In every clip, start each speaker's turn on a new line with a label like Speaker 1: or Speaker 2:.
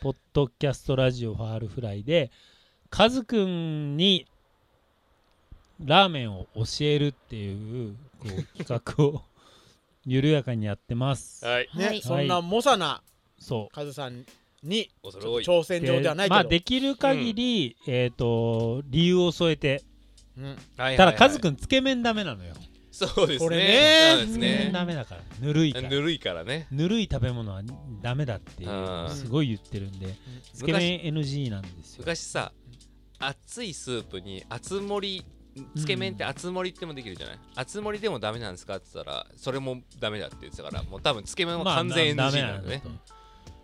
Speaker 1: ポッドキャストラジオファールフライでカズくんにラーメンを教えるっていうこう企画を 緩やかにやってます。
Speaker 2: はい。
Speaker 3: は
Speaker 1: ね
Speaker 3: い、
Speaker 1: そ
Speaker 3: そ
Speaker 1: ん
Speaker 3: ん
Speaker 1: な
Speaker 3: なモサな
Speaker 1: そ
Speaker 3: カズさんに
Speaker 2: 恐れ多い。
Speaker 3: 挑戦
Speaker 1: う
Speaker 3: 状ではないけど、
Speaker 1: まあ、できる限り、えっ、と理由を添えて
Speaker 3: うん、
Speaker 2: はいはいはい
Speaker 1: ただカズくんつけ麺ダメなのよ、
Speaker 2: そうですね。
Speaker 3: これね
Speaker 2: そうで
Speaker 1: つ
Speaker 2: す
Speaker 1: け麺
Speaker 2: ね。
Speaker 1: ダメだからぬるいから
Speaker 2: ぬるいからね。
Speaker 1: ぬるい食べ物はダメだっていう
Speaker 2: うん
Speaker 1: すごい言ってるんでつけ麺 NG なんですよ
Speaker 2: 昔さ、熱いスープに熱盛り、つけ麺って熱盛りってもできるじゃない熱盛りでもダメなんですかって言ったら、それもダメだって言ってたから、もう多分つけ麺は完全 NG
Speaker 1: まあダメ
Speaker 2: なんだね
Speaker 1: と。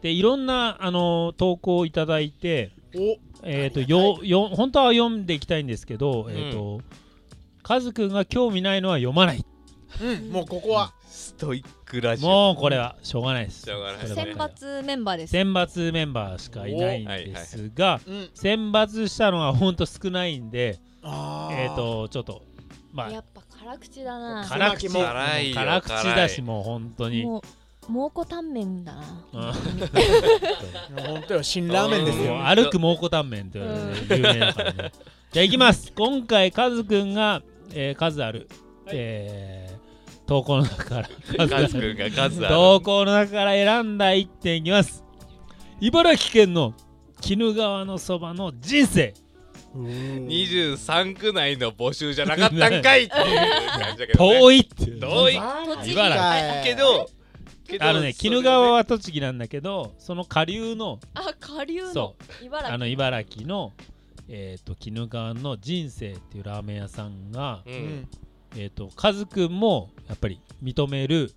Speaker 1: でいろんなあの投稿をいただいて
Speaker 3: お
Speaker 1: えー、と
Speaker 3: ありがたい
Speaker 1: よよ本当は読んでいきたいんですけど、
Speaker 2: ん
Speaker 1: えー、とカズくんが興味ないのは読まない
Speaker 3: うん、もうここは、
Speaker 2: ストイックラジオ。
Speaker 1: もうこれはしょうがないです
Speaker 2: しょうがない
Speaker 1: そればっか
Speaker 2: 選
Speaker 1: りは
Speaker 4: 抜メンバーで
Speaker 1: 選抜メンバーしかいないん
Speaker 2: おはいはい
Speaker 1: ですが
Speaker 3: うん、
Speaker 1: 選抜したのは本当少ないんで
Speaker 3: あー
Speaker 1: えっ、とちょっとま
Speaker 4: や
Speaker 1: あ
Speaker 4: っぱ辛口だな
Speaker 3: 辛
Speaker 1: 辛口もう
Speaker 2: 辛いよ
Speaker 1: 辛口だし
Speaker 2: 辛い
Speaker 1: もう本当に
Speaker 4: もう蒙古タンメンだな
Speaker 1: うん
Speaker 3: 本当よ辛ラーメンです
Speaker 1: も
Speaker 3: よ
Speaker 1: う歩く蒙古タンメンというので有名だから ねじゃあいきます今回カズくんが、えー数ある、えー投稿の中から
Speaker 2: カズくんがカズある
Speaker 1: 投稿の中から選んだ1点いきます茨城県の鬼怒川のそばの人生
Speaker 2: 23区内の募集じゃなかったんかいっていう感じだけど、ね。
Speaker 1: 遠いっていう
Speaker 2: 遠い
Speaker 4: 栃木
Speaker 1: 茨
Speaker 4: か
Speaker 2: けど、けど
Speaker 1: あのね
Speaker 2: それ
Speaker 1: 鬼
Speaker 2: で
Speaker 1: 怒川は栃木なんだけどその下流の
Speaker 4: あ下流の
Speaker 1: そ
Speaker 4: 茨
Speaker 1: あ
Speaker 4: 城
Speaker 1: の茨城のえー、と鬼怒川の人生っていうラーメン屋さんが、
Speaker 2: う
Speaker 3: うんん、
Speaker 1: えー、とカズくんもやっぱり認める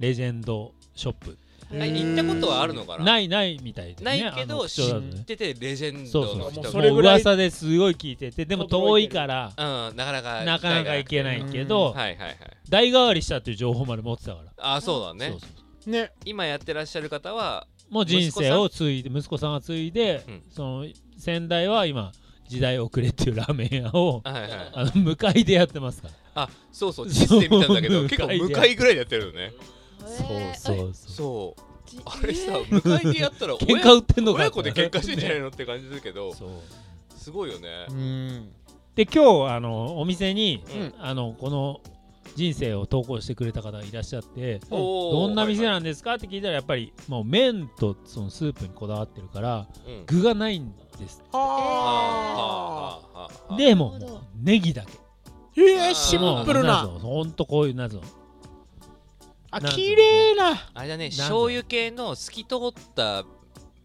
Speaker 1: レジェンドショップ
Speaker 2: あ行ったことはあるのかな
Speaker 1: ないないみたいで、ね、
Speaker 2: ないけ
Speaker 1: あの
Speaker 2: ど
Speaker 1: 口調だとね
Speaker 2: 知っててレジェン
Speaker 1: そう
Speaker 2: ド
Speaker 1: そ
Speaker 2: の
Speaker 1: う
Speaker 2: 人
Speaker 1: もう
Speaker 3: も
Speaker 2: が
Speaker 1: そ
Speaker 3: うそ
Speaker 1: れ
Speaker 3: れ
Speaker 1: ぐ
Speaker 3: ぐ
Speaker 1: ら
Speaker 3: ら
Speaker 1: い
Speaker 3: い
Speaker 1: 噂ですごい聞いててでも遠いから
Speaker 2: うんなかなか
Speaker 1: なかなか行けないけど
Speaker 2: はいはいはい
Speaker 1: 代替わりしたっていう情報まで持ってたから
Speaker 2: あそうだね
Speaker 1: そうそうそ
Speaker 3: ね
Speaker 2: 今やってらっしゃる方は
Speaker 1: うもう人生を継いで息子さんが継いで、
Speaker 2: うん
Speaker 1: その先代は今時代遅れっていうラーメン屋を
Speaker 2: はいはい
Speaker 1: あの向かいでやってますから
Speaker 2: あそうそう地図で見たんだけ
Speaker 1: そう
Speaker 2: ど結構向かいぐらいでやってるよね
Speaker 4: へー
Speaker 1: そうそう
Speaker 2: そう
Speaker 4: じ
Speaker 2: あれさ
Speaker 4: えー
Speaker 2: 向かいでやったら
Speaker 1: 喧嘩売ってんのか
Speaker 2: 親子で喧嘩してんじゃない
Speaker 1: の
Speaker 2: のって感じするけど
Speaker 1: そう
Speaker 2: すごいよね
Speaker 3: うん
Speaker 1: で今日あのお店に、
Speaker 2: うん
Speaker 1: あのこの人生を投稿してくれた方がいらっしゃって
Speaker 2: おー
Speaker 1: どんな店
Speaker 2: は
Speaker 1: なんですかって聞いたらやっぱりもう麺とそのスープにこだわってるから
Speaker 2: いはいうん
Speaker 1: 具がないんです
Speaker 3: は
Speaker 2: あーあ
Speaker 3: あ
Speaker 2: ーあーあー
Speaker 1: でも
Speaker 4: なるほど
Speaker 1: ネギだけ
Speaker 3: えー、シンプルな
Speaker 1: もう謎ほんとこういう謎
Speaker 3: あ
Speaker 1: なんぞ
Speaker 3: 綺麗な
Speaker 2: あれだね
Speaker 1: なんだ
Speaker 2: 醤油系の透き通った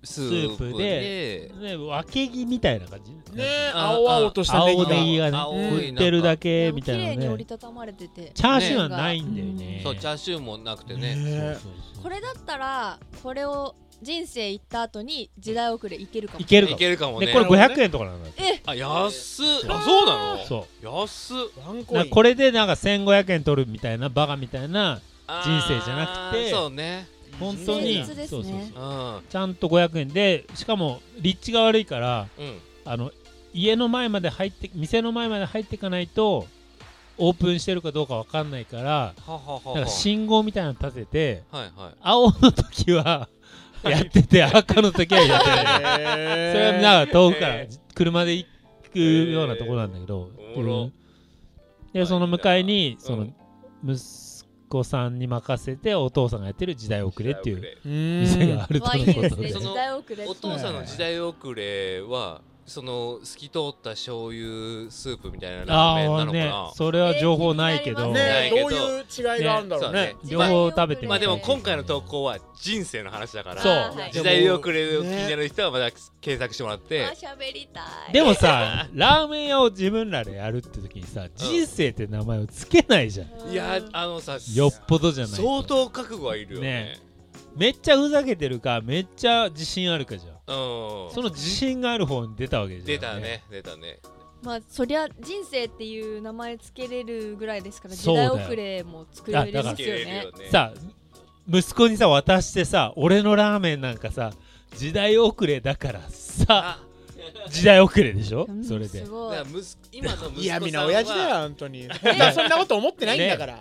Speaker 2: スー
Speaker 1: スープ
Speaker 2: プで
Speaker 1: ね分け木みたいな感じ
Speaker 3: ね
Speaker 2: あ
Speaker 3: 青々としたネギ
Speaker 1: 青
Speaker 3: が
Speaker 1: ネギがね
Speaker 2: 青
Speaker 3: い
Speaker 1: 売ってるだけみたい
Speaker 4: でも綺麗
Speaker 1: な
Speaker 4: に
Speaker 1: の
Speaker 4: 折
Speaker 1: ね
Speaker 4: りたたまれてて
Speaker 1: チャーシューはないんだよね
Speaker 2: そうチャーシューもなくてね
Speaker 3: ね
Speaker 1: そうそうそう
Speaker 4: これだったらこれを人生行った後に時代遅れ行けるか
Speaker 1: い
Speaker 4: も
Speaker 1: けるか
Speaker 2: いけるかもね
Speaker 1: でこれ500円とかなんだよ
Speaker 2: あ安っあそうなの
Speaker 1: そう
Speaker 2: 安っ
Speaker 3: ワンコ
Speaker 1: なん
Speaker 3: イ
Speaker 1: か
Speaker 3: ン
Speaker 1: これでなんか1500円取るみたいなバカみたいな
Speaker 2: あ
Speaker 1: 人
Speaker 2: ー
Speaker 1: 生じゃなくて
Speaker 2: そうね
Speaker 1: 本当に
Speaker 4: 誠実ですね
Speaker 1: そうそうそう
Speaker 2: うんうん
Speaker 1: ちゃんと500円でしかも立地が悪いからあの家の前まで入って店の前まで入っていかないとオープンしてるかどうかわかんないから
Speaker 2: はははは
Speaker 1: なんか信号みたいなの立てて
Speaker 2: はいはい
Speaker 1: 青の時はやってて赤の時はやってない それはなんか遠くから
Speaker 2: え
Speaker 1: 車で行くようなとこなんだけど
Speaker 2: おもろ
Speaker 1: うんでその向かいに
Speaker 2: うん
Speaker 1: その息子さんに任せてお父さんがやってる時代遅れっていう
Speaker 2: う
Speaker 3: う
Speaker 1: 店
Speaker 3: ーん
Speaker 1: があると
Speaker 4: わ
Speaker 1: の
Speaker 4: いいで
Speaker 1: こ
Speaker 4: す
Speaker 1: と
Speaker 4: ね
Speaker 1: で
Speaker 2: その
Speaker 4: 時代遅れ
Speaker 2: お父さんの時代遅れはその透き通った醤油スープみたいなラーメンな
Speaker 1: ああ
Speaker 2: の
Speaker 1: ね
Speaker 2: か
Speaker 1: それは情報ないけど、
Speaker 4: えー気になります
Speaker 3: ね
Speaker 2: ないけ
Speaker 3: ど
Speaker 2: ど
Speaker 3: ういう違いがあるんだろう
Speaker 2: ね
Speaker 3: ね
Speaker 2: そう
Speaker 1: 両方食べて
Speaker 2: な
Speaker 1: み
Speaker 2: ま
Speaker 1: た
Speaker 2: あ
Speaker 1: い
Speaker 2: でも今回の投稿は人生の話だから
Speaker 1: そう
Speaker 4: はい
Speaker 2: 時代遅れを気になる人はまだ検索してもらっ
Speaker 4: あ
Speaker 2: て
Speaker 4: 喋りたい
Speaker 1: でもさラーメン屋を自分らでやるって時にさ人生って名前をつけないじゃん、
Speaker 2: いやあのさ
Speaker 1: よっぽどじゃない
Speaker 2: 相当覚悟はいるよ
Speaker 1: ね
Speaker 2: ね
Speaker 1: めっちゃふざけてるかめっちゃ自信あるかじゃん
Speaker 2: う
Speaker 1: そ
Speaker 2: ん
Speaker 1: の自信がある方に出たわけじゃん
Speaker 2: 出たね出たね
Speaker 4: まあそりゃ人生っていう名前つけれるぐらいですから
Speaker 1: そ
Speaker 4: 時
Speaker 1: うだ
Speaker 4: 代
Speaker 1: よ
Speaker 4: 遅れも作れ
Speaker 1: あだ
Speaker 4: ま
Speaker 1: から
Speaker 4: すよね
Speaker 1: さ息子にさ渡してさ俺のラーメンなんかさ時代遅れだからさ
Speaker 2: あ
Speaker 1: 時代遅れでしょ
Speaker 4: うん
Speaker 1: それです
Speaker 2: だ
Speaker 4: ごい
Speaker 2: から息子今の息子さんは
Speaker 3: 嫌味な親父だよ本当にそんなこと思ってないんだから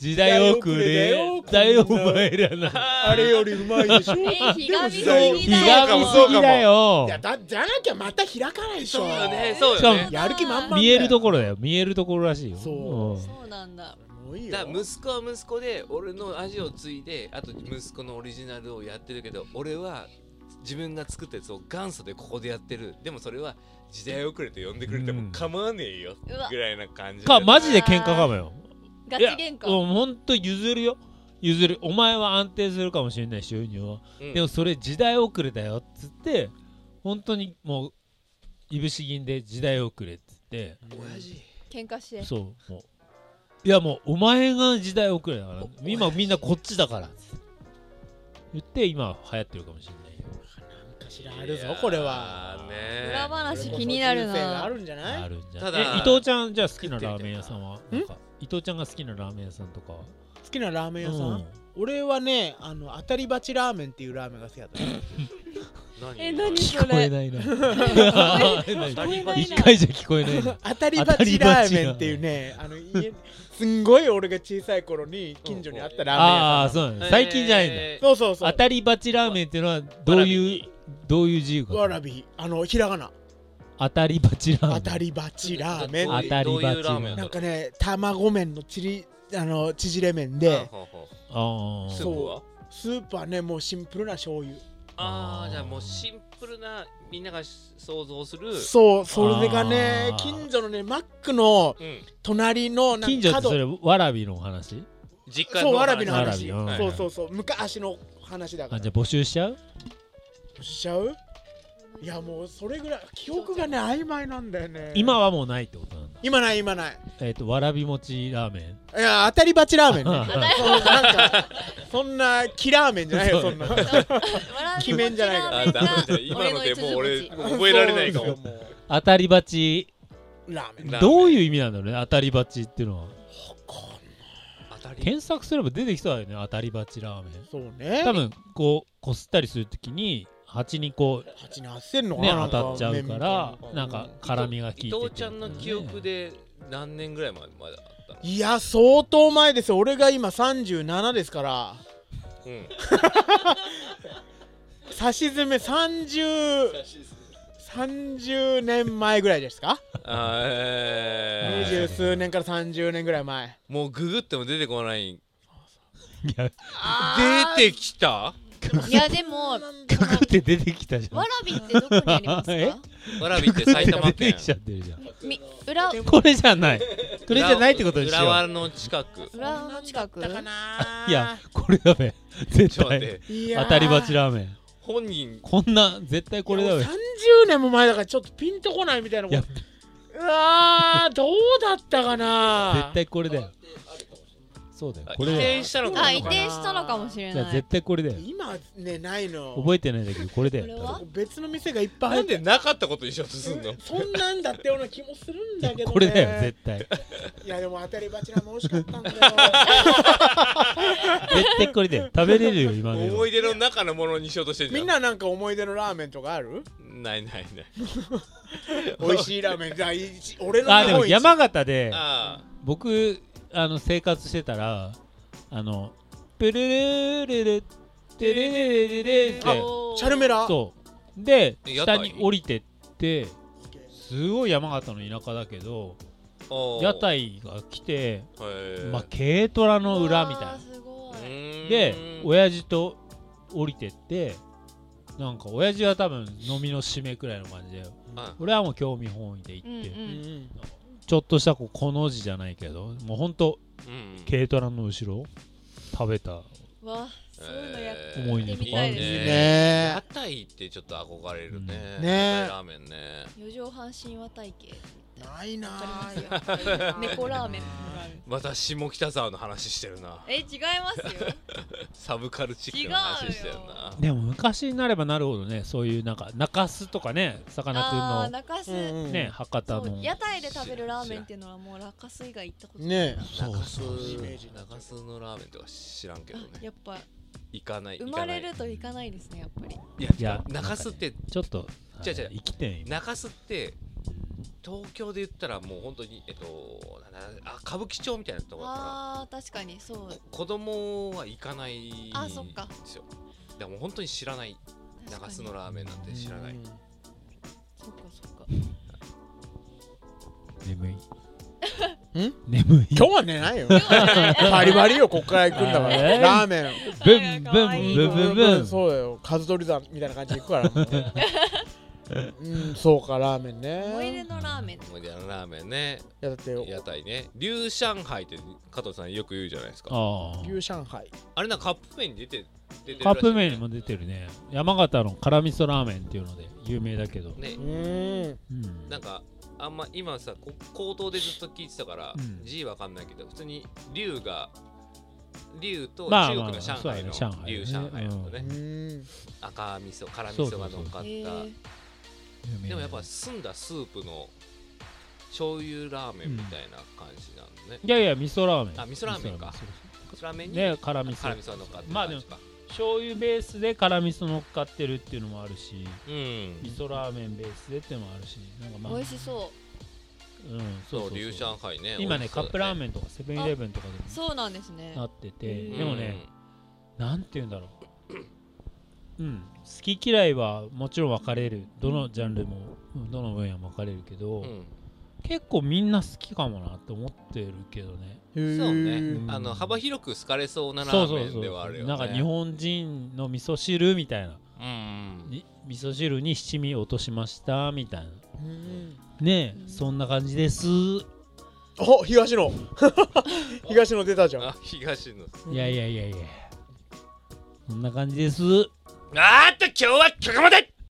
Speaker 1: 時時代遅れ
Speaker 3: 時代遅れ
Speaker 1: だ
Speaker 3: だ
Speaker 1: よ
Speaker 3: よ
Speaker 1: お前らな
Speaker 3: あれよりうまいでしょい
Speaker 4: えひがみすぎ
Speaker 3: で
Speaker 4: だ
Speaker 3: も
Speaker 1: ひが
Speaker 4: よ
Speaker 1: み
Speaker 2: そう
Speaker 1: すぎだよ
Speaker 3: やだじゃなきゃまた開かないでしょ
Speaker 2: そうよねそう
Speaker 1: しか
Speaker 2: よ
Speaker 1: も
Speaker 2: ね
Speaker 3: やる気満々だよ
Speaker 1: 見えるところだよ見えるところらしいよ
Speaker 3: そう
Speaker 1: うん
Speaker 4: そうなんだ
Speaker 3: もういいよ
Speaker 2: だから息子は息子で俺の味を継いであと息子のオリジナルをやってるけど俺は自分が作ったやつを元祖でここでやってるでもそれは時代遅れと呼んでくれて
Speaker 1: う
Speaker 2: も
Speaker 1: ん
Speaker 2: 構わねえよ
Speaker 4: うわ
Speaker 2: ぐらいな感じ
Speaker 1: かマジで喧嘩かもよ
Speaker 4: ガ
Speaker 1: い
Speaker 4: チ
Speaker 1: や
Speaker 4: 喧嘩
Speaker 1: もうほんと譲るよ譲るお前は安定するかもしれない収入は、
Speaker 2: うん
Speaker 1: でもそれ時代遅れだよっつって本当にもういぶし銀で時代遅れっつって
Speaker 2: 親父
Speaker 4: 喧嘩して
Speaker 1: そうもういやもうお前が時代遅れだから
Speaker 2: お
Speaker 1: 今みんなこっちだからっつって言って今流行ってるかもしれないよ
Speaker 3: なんかしらあるぞこれはい
Speaker 2: やー
Speaker 4: 裏
Speaker 2: ね
Speaker 4: 話気になる
Speaker 3: これこそ人生があ
Speaker 4: な
Speaker 3: るんじゃ
Speaker 1: あ
Speaker 3: ない
Speaker 1: るんじゃ
Speaker 2: た
Speaker 1: ない
Speaker 2: だ
Speaker 1: え伊藤ちゃんじゃあ好きなラーメン屋さんは
Speaker 3: 食って
Speaker 1: な
Speaker 3: み
Speaker 1: ん
Speaker 3: たい
Speaker 1: か伊藤ちゃんが好きなラーメン屋さんとかは
Speaker 3: 好きなラーメン屋さん、
Speaker 1: うん
Speaker 3: 俺はねあの当たり鉢ラーメンっていうラーメンが好きだったね
Speaker 2: 何
Speaker 4: え何
Speaker 1: 聞
Speaker 4: そ
Speaker 1: こえ
Speaker 4: れ
Speaker 1: ないな
Speaker 4: えない
Speaker 1: 一回じゃ聞こえないな
Speaker 3: 当たり鉢ラーメンっていうねあの家すんごい俺が小さい頃に近所にあったラーメン屋さん
Speaker 1: ああーそうなんだ最近じゃないんだ
Speaker 2: えー
Speaker 3: そうそうそう
Speaker 1: 当たり鉢ラーメンっていうのはどういうどういう字が
Speaker 3: わらびあのひらがな
Speaker 1: 当たり鉢ラーメ
Speaker 3: 当
Speaker 1: ン
Speaker 3: たり鉢ラーメン
Speaker 1: 当たり
Speaker 2: どういうラーメン
Speaker 3: なんか
Speaker 2: ね
Speaker 3: ね卵麺のちりあの縮れ麺で
Speaker 1: あー
Speaker 2: スープは
Speaker 3: スープはねもうシンプルな醤油
Speaker 2: ああじゃあもうシンプルなみんなが想像する
Speaker 3: そうそれがね
Speaker 1: あー
Speaker 3: 近所のねマックの
Speaker 2: うん
Speaker 3: 隣のなんか
Speaker 1: 近所って
Speaker 3: 角
Speaker 1: それわらびのお話
Speaker 2: 実家の
Speaker 3: そうわらびの
Speaker 1: わら
Speaker 3: 話
Speaker 1: びうん
Speaker 2: はい
Speaker 3: そうそうそう昔の話だか
Speaker 1: あ
Speaker 3: ら
Speaker 1: じゃあ募集しちゃう
Speaker 3: しちゃういやもうそれぐらい記憶がね曖昧なんだよね
Speaker 1: 今はもうないってことなんだ
Speaker 3: 今ない今ない
Speaker 1: えっとわらび餅ラーメン
Speaker 3: いや当たり鉢ラーメン
Speaker 1: あ
Speaker 3: ねそうなんかそんなキラーメンじゃないよ
Speaker 1: そ
Speaker 3: そうう
Speaker 1: ね
Speaker 3: んな
Speaker 4: 決
Speaker 3: 決めんじゃないから
Speaker 2: あダメだ今のでもう俺もう覚えられないかも
Speaker 3: そうなんですよ
Speaker 1: 当たり鉢
Speaker 3: もうラーメ
Speaker 2: ラ
Speaker 3: ン
Speaker 2: ーメン
Speaker 1: どういう意味なんだろうね当たり鉢っていうのは
Speaker 2: 当たり
Speaker 1: 検索すれば出てきそうだよね当たり鉢ラーメン
Speaker 3: そうね
Speaker 1: 多分こうこすったりするときに鉢にこう
Speaker 3: 蜂に合ってんのか
Speaker 1: ね
Speaker 3: ななん
Speaker 1: 当
Speaker 3: か
Speaker 1: たっちゃうから
Speaker 3: 麺みたい
Speaker 1: なんか辛みが効いて
Speaker 2: 伊
Speaker 1: て
Speaker 2: 藤ちゃんの記憶で何年ぐらいまでまだあったの
Speaker 3: いや相当前ですよ俺が今37ですから
Speaker 2: うん
Speaker 3: 差し詰め3030年前ぐらいですか
Speaker 2: あーえー
Speaker 3: 二十数年から30年ぐらい前
Speaker 2: もうググっても出てこない
Speaker 1: いや
Speaker 2: 出てきた
Speaker 4: いやでもわ
Speaker 1: ググって出てきたじゃん
Speaker 4: らびってどこにあります
Speaker 1: え
Speaker 4: か
Speaker 2: わらびって埼玉
Speaker 1: 出て
Speaker 2: 県
Speaker 1: きちゃってるじゃん
Speaker 4: み裏
Speaker 1: これじゃないこれじゃないってことにしよ
Speaker 2: 浦
Speaker 1: う
Speaker 2: 和の近く
Speaker 4: 裏の近く
Speaker 3: だったかない
Speaker 1: やこれだめ絶
Speaker 2: ちょっと待っ
Speaker 1: 対
Speaker 2: て
Speaker 3: いや
Speaker 1: 当たり
Speaker 3: バチ
Speaker 1: 鉢ラーメン
Speaker 2: 本人
Speaker 1: こんな絶対これだ
Speaker 3: い
Speaker 1: め
Speaker 3: やもう30年も前だからちょっとピンとこないみたいなこと
Speaker 1: や
Speaker 3: うわーどうだったかな
Speaker 1: 絶対これだよそうだよ
Speaker 2: あ移
Speaker 1: これだよ
Speaker 2: 転したのかな
Speaker 4: あ移転したのかもしれ
Speaker 1: じゃ
Speaker 4: な
Speaker 1: あ
Speaker 4: い
Speaker 1: 絶対これだよ
Speaker 3: 今ねないの
Speaker 1: 覚えてないんだけどこれだよ
Speaker 4: これは
Speaker 3: 別の店がいっぱい
Speaker 2: な
Speaker 3: 入っ
Speaker 2: んでなかったことにしようとすんの
Speaker 3: そんなんだったような気もするんだけど、ね、
Speaker 1: これだよ絶対
Speaker 3: いやでも当たりバチラも美味しかったんだ よ
Speaker 1: 絶対これだよ食べれるよ今の
Speaker 2: 思い出の中のものにしようとしてんじゃ
Speaker 3: みんななんか思い出のラーメンとかあ る
Speaker 2: ないないない
Speaker 3: 美味しいラーメンじゃあいち俺の
Speaker 1: あ
Speaker 3: 日
Speaker 1: で
Speaker 3: 本
Speaker 1: も
Speaker 3: 一
Speaker 1: 山形で
Speaker 2: あ
Speaker 1: 僕あの生活してたらあのプルルルルテレレレレレって
Speaker 4: おー
Speaker 3: チャルメラ
Speaker 1: そうで
Speaker 2: 屋
Speaker 1: 下
Speaker 2: 台
Speaker 1: に降りてってすごい山形の田舎だけど
Speaker 2: あおー
Speaker 1: 屋台が来て、
Speaker 2: へー
Speaker 1: まあ、軽トラの裏みたいな
Speaker 4: わーすご
Speaker 2: う
Speaker 4: い
Speaker 2: ーん
Speaker 1: で親父と降りてってなんか親父は多分飲みの締めくらいの感じで
Speaker 2: あ
Speaker 1: 俺はもう興味本位で行
Speaker 4: う
Speaker 1: っ
Speaker 4: ん
Speaker 1: て、
Speaker 3: うん
Speaker 4: うん
Speaker 3: うん
Speaker 1: ちょっとしたこうこの字じゃないけどもうほんと
Speaker 2: うん
Speaker 1: 軽トラの後ろ食べた
Speaker 4: うわそういうのやっ
Speaker 2: えー
Speaker 1: 思い出
Speaker 4: とかある
Speaker 1: いい
Speaker 3: いい
Speaker 2: ね
Speaker 3: ね
Speaker 2: 屋台ってちょっと憧れるね
Speaker 1: ね
Speaker 2: 屋台ラーメンね
Speaker 4: 四畳半神話体系
Speaker 3: ないな
Speaker 4: わ
Speaker 3: あ
Speaker 4: かりますよ猫ラーメン
Speaker 2: また下北沢の話してるな
Speaker 4: え違いますよ
Speaker 2: サブカルチックな話してるな
Speaker 1: でも昔になればなるほどねそういうなんか中洲とかねさか
Speaker 4: あー
Speaker 1: な
Speaker 4: 中洲
Speaker 3: うん
Speaker 1: ク
Speaker 3: う
Speaker 1: ンの
Speaker 3: ん
Speaker 1: ね博多
Speaker 4: そう
Speaker 1: の
Speaker 4: 屋台で食べるラーメンっていうのはもう中洲以外行ったことない
Speaker 3: ね
Speaker 1: そう
Speaker 2: 中洲
Speaker 1: そう
Speaker 3: イメージ
Speaker 2: 中洲のラーメンとか知らんけど
Speaker 4: あ
Speaker 2: ね
Speaker 4: やっぱ
Speaker 2: 行かない
Speaker 4: 生
Speaker 2: 行
Speaker 4: ま
Speaker 2: かな
Speaker 4: れ
Speaker 2: い
Speaker 4: ると行かないですねやっぱり
Speaker 2: い
Speaker 1: いや
Speaker 2: や中洲って
Speaker 1: ちょっと
Speaker 2: 違う違う
Speaker 1: あの生きてん今
Speaker 2: 中洲って東京で言ったらもう本当にえっとなんだあ歌舞伎町みたいなところだか
Speaker 4: あー確かにそう
Speaker 2: らこ子供は行かないん
Speaker 4: あそっか
Speaker 2: ですよだからもう本当に知らない
Speaker 4: 確か
Speaker 2: 中
Speaker 4: に
Speaker 2: 洲のラーメンなんて知らない
Speaker 3: うん
Speaker 4: そっかそっか
Speaker 1: 眠 い
Speaker 3: ん
Speaker 1: 眠い
Speaker 3: 今日は寝な いよバリバリよこっから行くんだか
Speaker 1: え
Speaker 3: ら
Speaker 1: ー
Speaker 3: ラーメン
Speaker 1: ブンブンブンブンブン
Speaker 3: そうだよ数取り山みたいな感じで行くからもううんそうかラーメン
Speaker 4: 思い出
Speaker 3: ね
Speaker 4: のラーメン
Speaker 2: 思い出のラーメンね
Speaker 3: いやだって
Speaker 2: 屋台ね龍上海って加藤さんよく言うじゃないですかあ
Speaker 1: あ
Speaker 3: 牛上海
Speaker 2: れなんかカップ麺に出て出てるらしい
Speaker 1: あカップ麺にも出てるね山形の辛味噌ラーメンっていうので有名だけど、
Speaker 2: ね
Speaker 3: うん
Speaker 1: うん
Speaker 2: なんかあんま今さこ口頭でずっと聞いてたから、
Speaker 1: うん
Speaker 2: G わかんないけど普通に龍が龍と
Speaker 1: まあ
Speaker 2: 中国の上
Speaker 1: まあ
Speaker 2: 海の
Speaker 1: そうだね上海
Speaker 2: 龍
Speaker 1: ね
Speaker 2: 上海の
Speaker 3: う
Speaker 2: ね
Speaker 3: ん
Speaker 2: 赤味噌辛味噌が乗っかった
Speaker 4: えー
Speaker 1: 有名
Speaker 2: でもやっぱ澄んだスープの醤油ラーメンみたいな感じなのね、
Speaker 1: いやいや味噌ラーメン
Speaker 2: あ味噌ラーメンか
Speaker 1: 味噌ラ
Speaker 2: ラーメンに
Speaker 1: ね辛味噌
Speaker 2: 辛味噌が乗っかってる
Speaker 1: まあで
Speaker 2: 感
Speaker 1: も
Speaker 2: じか、
Speaker 1: 醤油ベースで辛味噌乗っかってるっていうのもあるし
Speaker 2: うん
Speaker 1: 味噌ラーメンベースでっていうのもあるしなんかまあ
Speaker 4: 美味しそ
Speaker 1: うん
Speaker 2: そ
Speaker 1: そううそうそう
Speaker 2: 龍上海ね
Speaker 1: 今ねカップラー
Speaker 2: ン
Speaker 1: メンとかセブンイレブンとかで
Speaker 4: う
Speaker 1: も
Speaker 4: そうなんですね
Speaker 1: なってて
Speaker 4: うん
Speaker 1: でもねなんて言うんだろううん好き嫌いはもちろん分かれるどのジャンルもどの分野も分かれるけど、
Speaker 2: うん
Speaker 1: 結構みんな好きかもなって思ってるけどね
Speaker 3: そ
Speaker 2: そうね
Speaker 1: う、ん
Speaker 2: あの幅広く好かれそうなラ
Speaker 1: そう
Speaker 2: ー
Speaker 1: そう
Speaker 2: メ
Speaker 1: そ
Speaker 2: ン
Speaker 1: う
Speaker 2: ではあるよね。
Speaker 1: なんか日本人の味噌汁みたいな
Speaker 2: うん
Speaker 1: に味噌汁に七味落としましたみたいな
Speaker 3: うん
Speaker 1: ねえ、
Speaker 4: うん
Speaker 1: そんな感じです、
Speaker 3: お東野 東野出たじ
Speaker 2: う
Speaker 3: ゃ
Speaker 2: ん。
Speaker 3: ん
Speaker 2: あ、東野。
Speaker 1: いやいやいやいやそんな感じです
Speaker 2: あーっと、今日はここまで